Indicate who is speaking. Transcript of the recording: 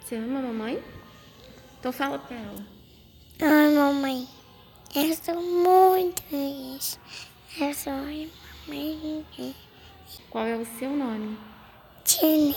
Speaker 1: Você ama a mamãe? Então fala pra ela.
Speaker 2: Ai, mamãe, eu sou muito feliz. Eu sou a mamãe de né?
Speaker 1: Qual é o seu nome?
Speaker 2: Tine.